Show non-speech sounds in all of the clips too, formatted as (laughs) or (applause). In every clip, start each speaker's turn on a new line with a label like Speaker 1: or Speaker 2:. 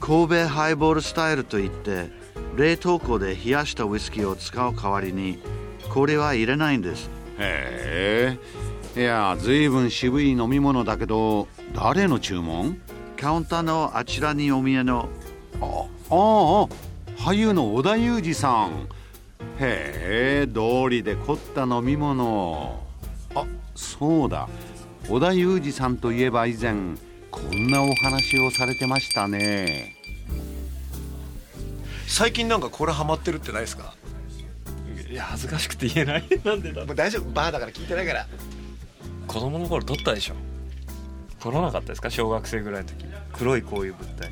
Speaker 1: 神戸ハイボールスタイルといって冷凍庫で冷やしたウイスキーを使う代わりに氷は入れないんです。
Speaker 2: へえいやずいぶん渋い飲み物だけど誰の注文
Speaker 1: カウンターのあちらにお見えの
Speaker 2: あああ俳優の織田裕二さんへえ道理で凝った飲み物あそうだ織田裕二さんといえば以前こんなお話をされてましたね
Speaker 3: 最近なんかこれハマってるってないですか
Speaker 4: いや恥ずかしくて言えないなんでだ
Speaker 3: もう大丈夫バーだから聞いてないから
Speaker 4: 子供の頃撮ったでしょ撮らなかったですか小学生ぐらいの時黒いこういう物体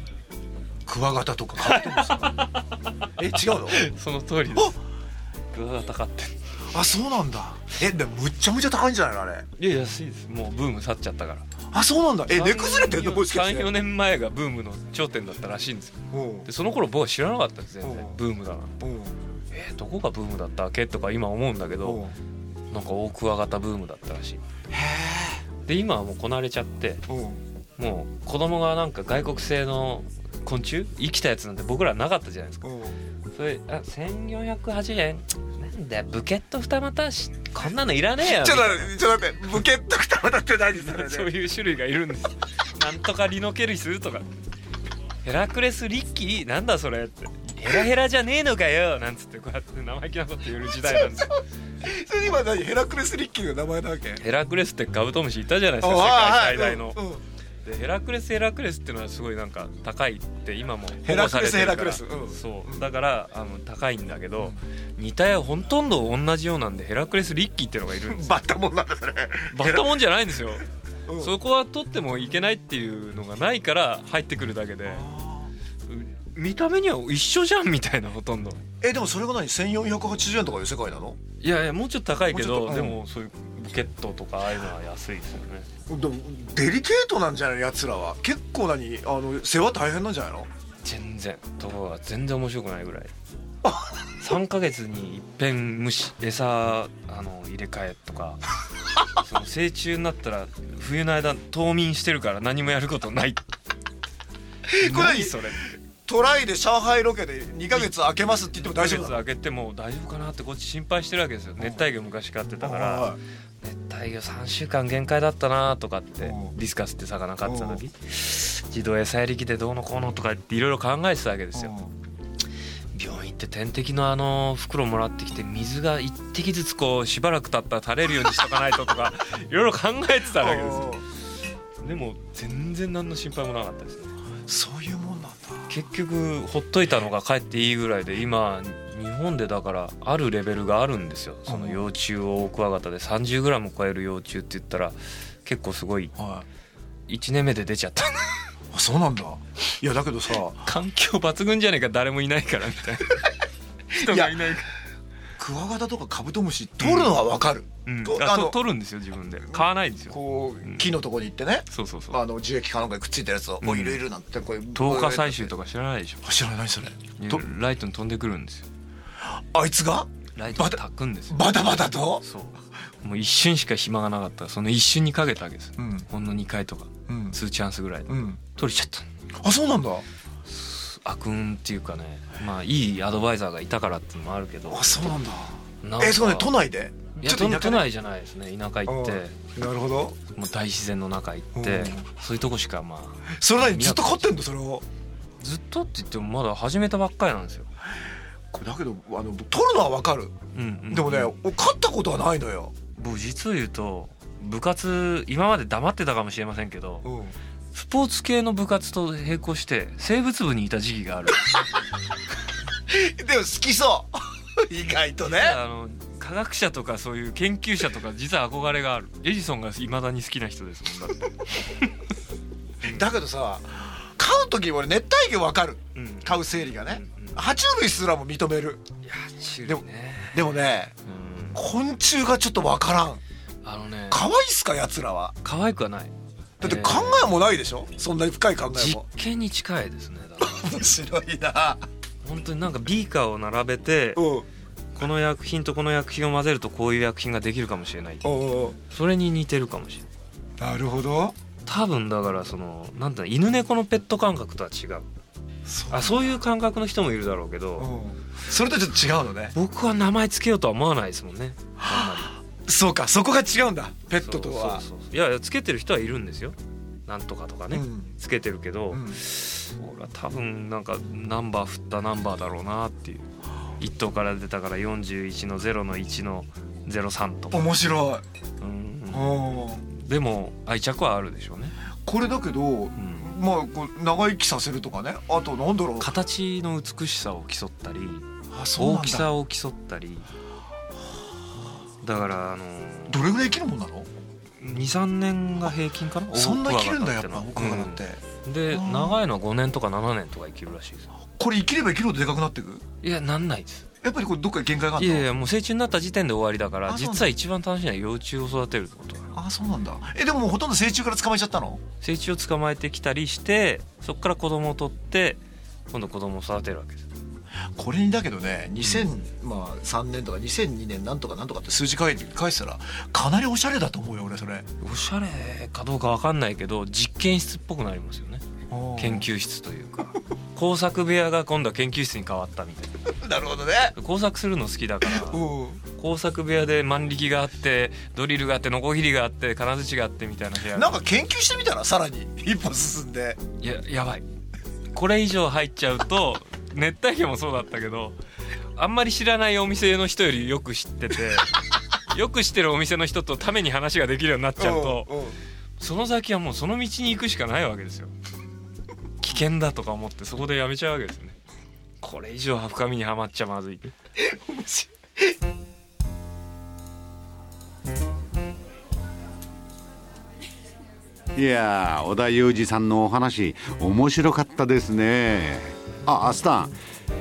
Speaker 3: クワガタとか買ってます (laughs) かえ違うの
Speaker 4: (laughs) その通りですグワガタ買って
Speaker 3: あそうなんだえでもむっちゃむちゃ高いんじゃないのあれ
Speaker 4: いや安いですもうブーム去っちゃったから
Speaker 3: あそうなんだえ値崩れてんのもしかして
Speaker 4: 34年前がブームの頂点だったらしいんですよ
Speaker 3: うん
Speaker 4: でその頃僕は知らなかったんです全然
Speaker 3: うん
Speaker 4: ブームだな
Speaker 3: うん
Speaker 4: えどこがブームだったっけとか今思うんだけ
Speaker 3: うん
Speaker 4: どなんか大クワガタブームだったらしい
Speaker 3: へ
Speaker 4: で今はもうこなれちゃって
Speaker 3: えうん
Speaker 4: もう子供がなんか外国製の昆虫生きたやつなんて僕らなかったじゃないですか
Speaker 3: うん
Speaker 4: それあ1480円なんだよブケット二股しこんなのいらねえよ
Speaker 3: ちょっと待ってちょっと待ってブケットくたまだって何それ
Speaker 4: (laughs) そう
Speaker 3: ね
Speaker 4: いう種類がいるんですなんとかリノケルスとかヘラクレスリッキーなんだそれってヘラヘラじゃねえのかよなんつってこうやって生意気なこと言える時代なんですよ
Speaker 3: それ今何ヘラクレスリッキーの名前なわ
Speaker 4: (laughs)
Speaker 3: け
Speaker 4: ヘラクレスってカブトムシいたじゃないですか世界
Speaker 3: あ
Speaker 4: 最大の
Speaker 3: うんうん
Speaker 4: でヘラクレスヘラクレスっていうのはすごいなんか高いって今も
Speaker 3: ヘラクレス
Speaker 4: 保護されてるから
Speaker 3: ヘラクレスうん
Speaker 4: そうだからあの高いんだけど似たようほとんど同じようなんでヘラクレスリッキーっていうのがいるんですよ
Speaker 3: バッタモンなんだそれ
Speaker 4: (laughs) バッタモンじゃないんですよ
Speaker 3: うん
Speaker 4: そこは取ってもいけないっていうのがないから入ってくるだけで見た目には一緒じゃんみたいなほとんど
Speaker 3: えでもそれが何1480円とかいう世界なの
Speaker 4: いやいやもうちょっと高いけ
Speaker 3: もう
Speaker 4: ど
Speaker 3: ちょっ
Speaker 4: で
Speaker 3: とうん
Speaker 4: もそういうブケットとかああいうのは安いですよね
Speaker 3: でもデリケートなんじゃないやつらは結構なにあの世話大変なんじゃないの
Speaker 4: 全然ところが全然面白くないぐらい3ヶ月にいっぺん虫餌あの入れ替えと
Speaker 3: (laughs)
Speaker 4: かその成虫になったら冬の間冬眠してるから何もやることない
Speaker 3: これ
Speaker 4: 何それ
Speaker 3: トライで上海ロケで2ヶ月空けますって言っても大丈夫なの
Speaker 4: 開けても大丈夫かなってこっち心配してるわけですよ熱帯魚昔飼ってたか
Speaker 3: は
Speaker 4: ら熱帯魚3週間限界だったなとかってデ
Speaker 3: うん
Speaker 4: ィスカスって魚飼ってた時自動餌やり機でどうのこうのとかっていろいろ考えてたわけで
Speaker 3: い
Speaker 4: すよ病院って点滴のあの袋もらってきて水が1滴ずつこうしばらく経ったら垂れるようにしとかないとと (laughs) かいろいろ考えてたわけですよでも全然何の心配もなかったですね
Speaker 3: そういうもんなんだ
Speaker 4: 結局ほっといたのがかえっていいぐらいで今日本でだからあるレベルがあるんですよその幼虫をクワガタで 30g 超える幼虫って言ったら結構すごい
Speaker 3: はい
Speaker 4: 1年目で出ちゃった (laughs)
Speaker 3: あそうなんだいやだけどさ
Speaker 4: 環境抜群じゃねえか誰もいないからみたいな人がいないから
Speaker 3: クワガタとかカブトムシ取るのはわかる、
Speaker 4: うん
Speaker 3: と
Speaker 4: あ
Speaker 3: あの
Speaker 4: と取るんですよ自分で買わないんですよ
Speaker 3: こう木のとこに行ってね、
Speaker 4: そうそうそう
Speaker 3: あの樹液かなんかにくっついたやつを、
Speaker 4: うん
Speaker 3: おいるいるなんてこういう
Speaker 4: 10日採集とか知らないでしょ
Speaker 3: あ知らない何それと
Speaker 4: ライトに飛んでくるんですよ
Speaker 3: あいつが
Speaker 4: ライトに炊くんですよ
Speaker 3: バタバタと
Speaker 4: そうもう一瞬しか暇がなかったからその一瞬にかけたわけです
Speaker 3: うん
Speaker 4: ほんの2回とか
Speaker 3: うん
Speaker 4: 2チャンスぐらいで
Speaker 3: うん
Speaker 4: 取れちゃった
Speaker 3: あそうなんだ
Speaker 4: 悪運っていうかねまあいいアドバイザーがいたからっていうのもあるけど
Speaker 3: あそうなんだ
Speaker 4: なん
Speaker 3: えそうね都
Speaker 4: 内
Speaker 3: 内で
Speaker 4: いや
Speaker 3: ちょっと田舎ね
Speaker 4: 都都内じゃないですね田舎行って
Speaker 3: なるほど
Speaker 4: もう大自然の中行って
Speaker 3: うん
Speaker 4: そういうとこしかまあ
Speaker 3: それ何ずっと飼ってんのそれを
Speaker 4: ずっとって言ってもまだ始めたばっかりなんですよ、
Speaker 3: これだけどあの取るのはわかる
Speaker 4: うんうん
Speaker 3: でもね、俺飼ったことはないのよ、
Speaker 4: 僕実を言うと部活今まで黙ってたかもしれませんけど
Speaker 3: うん、
Speaker 4: スポーツ系の部活と並行して生物部にいた時期がある
Speaker 3: でも好きそう (laughs) 意外とね
Speaker 4: あの科学者とかそういう研究者とか実は憧れがあるエジソンがいまだに好きな人ですもんだって、
Speaker 3: だけどさ飼う時俺熱帯魚わかる
Speaker 4: うん
Speaker 3: 飼う生理がね
Speaker 4: うん
Speaker 3: 爬虫類すらも認める
Speaker 4: いや種
Speaker 3: でも
Speaker 4: 類ね
Speaker 3: でもね
Speaker 4: うん
Speaker 3: 昆虫がちょっとわからん
Speaker 4: あのね
Speaker 3: 可愛いっすかやつらは
Speaker 4: 可愛くはない
Speaker 3: だって
Speaker 4: えー
Speaker 3: 考えもないでしょそんなに深い考え
Speaker 4: 実
Speaker 3: も
Speaker 4: 験に近いですねだから
Speaker 3: 面白いな
Speaker 4: 本当になんかビーカーを並べて
Speaker 3: うんうん
Speaker 4: この薬品とこの薬品を混ぜるとこういう薬品ができるかもしれない
Speaker 3: うんうん
Speaker 4: それに似てるかもしれない
Speaker 3: なるほど
Speaker 4: 多分だからそのなんていうの犬猫のペット感覚とは違う
Speaker 3: そう
Speaker 4: あそういう感覚の人もいるだろうけ
Speaker 3: う
Speaker 4: ど
Speaker 3: んそれとちょっと違うのね
Speaker 4: 僕は名前つけようとは思わないですもんねあんま
Speaker 3: そうかそこが違うんだペ
Speaker 4: り
Speaker 3: ットとは
Speaker 4: そうそうそういやいやつけてる人はいるんですよなんとかとかね、
Speaker 3: うん
Speaker 4: つけてるけど、
Speaker 3: うん
Speaker 4: 俺は多分なんかナンバー振ったナンバーだろうなっていう1等から出たから41の0の1の03とか、
Speaker 3: 面白
Speaker 4: うん
Speaker 3: いうん
Speaker 4: でも愛着はあるでしょうね、
Speaker 3: これだけど
Speaker 4: うん、
Speaker 3: まあこう長生きさせるとかねあとなんだろう
Speaker 4: 形の美しさを競ったり
Speaker 3: あそう
Speaker 4: 大
Speaker 3: なん
Speaker 4: き
Speaker 3: だ
Speaker 4: さを競ったりだからあの
Speaker 3: どれぐらい生きるもんなの
Speaker 4: 23年が平均かな
Speaker 3: そんな生きるんだ
Speaker 4: オオ
Speaker 3: やっ
Speaker 4: ク
Speaker 3: ぱ
Speaker 4: ワガタ
Speaker 3: 僕らだって、
Speaker 4: うんで
Speaker 3: あー
Speaker 4: 長いのは5年とか7年とか生きるらしいです
Speaker 3: これ生きれば生きるほどでかくなってく
Speaker 4: いやなんないです
Speaker 3: やっぱりこれどっかに限界があ
Speaker 4: い
Speaker 3: るの
Speaker 4: やいやもう成虫になった時点で終わりだから
Speaker 3: あそうなんだ
Speaker 4: 実は一番楽しいのは幼虫を育てるってことだ
Speaker 3: あそうなんだえでももうほとんど成虫から捕まえちゃったの
Speaker 4: 成虫を捕まえてきたりしてそこから子供を取って今度子供を育てるわけです
Speaker 3: これにだけどね2003、まあ、3年とか2002年なんとかなんとかって数字書いて返したらかなりおしゃれだと思うよ俺それ
Speaker 4: おしゃれかどうかわかんないけど実験室っぽくなりますよね研究室というか工作部屋が今度は研究室に変わったみたいな
Speaker 3: なるほどね
Speaker 4: 工作するの好きだ
Speaker 3: (laughs)
Speaker 4: から
Speaker 3: う
Speaker 4: 工作部屋で万力があってドリルがあってノコギリがあって金槌があってみたいな部屋
Speaker 3: んなんか研究してみたらさらに一歩進んで
Speaker 4: いややばいこれ以上入っちゃうと (laughs) 熱帯魚もそうだったけどあんまり知らないお店の人よりよく知って
Speaker 3: (laughs)
Speaker 4: てよく知ってるお店の人とために話ができるようになっちゃうと
Speaker 3: うんうん
Speaker 4: その先はもうその道に行くしかないわけですよ危険だとか思ってそこでやめちゃうわけですねこれ以上深みにはまっちゃまずい
Speaker 2: いやー織田裕二さんのお話面白かったですねあアスタン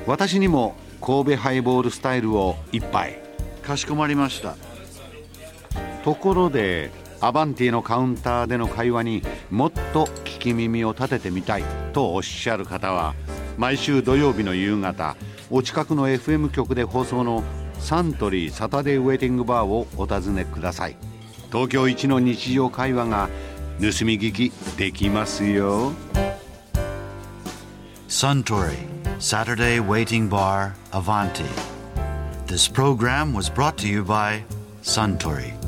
Speaker 2: 私にも神戸ハイボールスタイルを一杯
Speaker 1: かしこまりました
Speaker 2: ところでアバンティのカウンターでの会話にもっと聞き耳を立ててみたいとおっしゃる方は毎週土曜日の夕方お近くの FM 局で放送のサントリーサタデーウェイティングバーをお尋ねください東京一の日常会話が盗み聞きできますよ
Speaker 1: Suntory, Saturday Waiting Bar, Avanti. This program was brought to you by Suntory.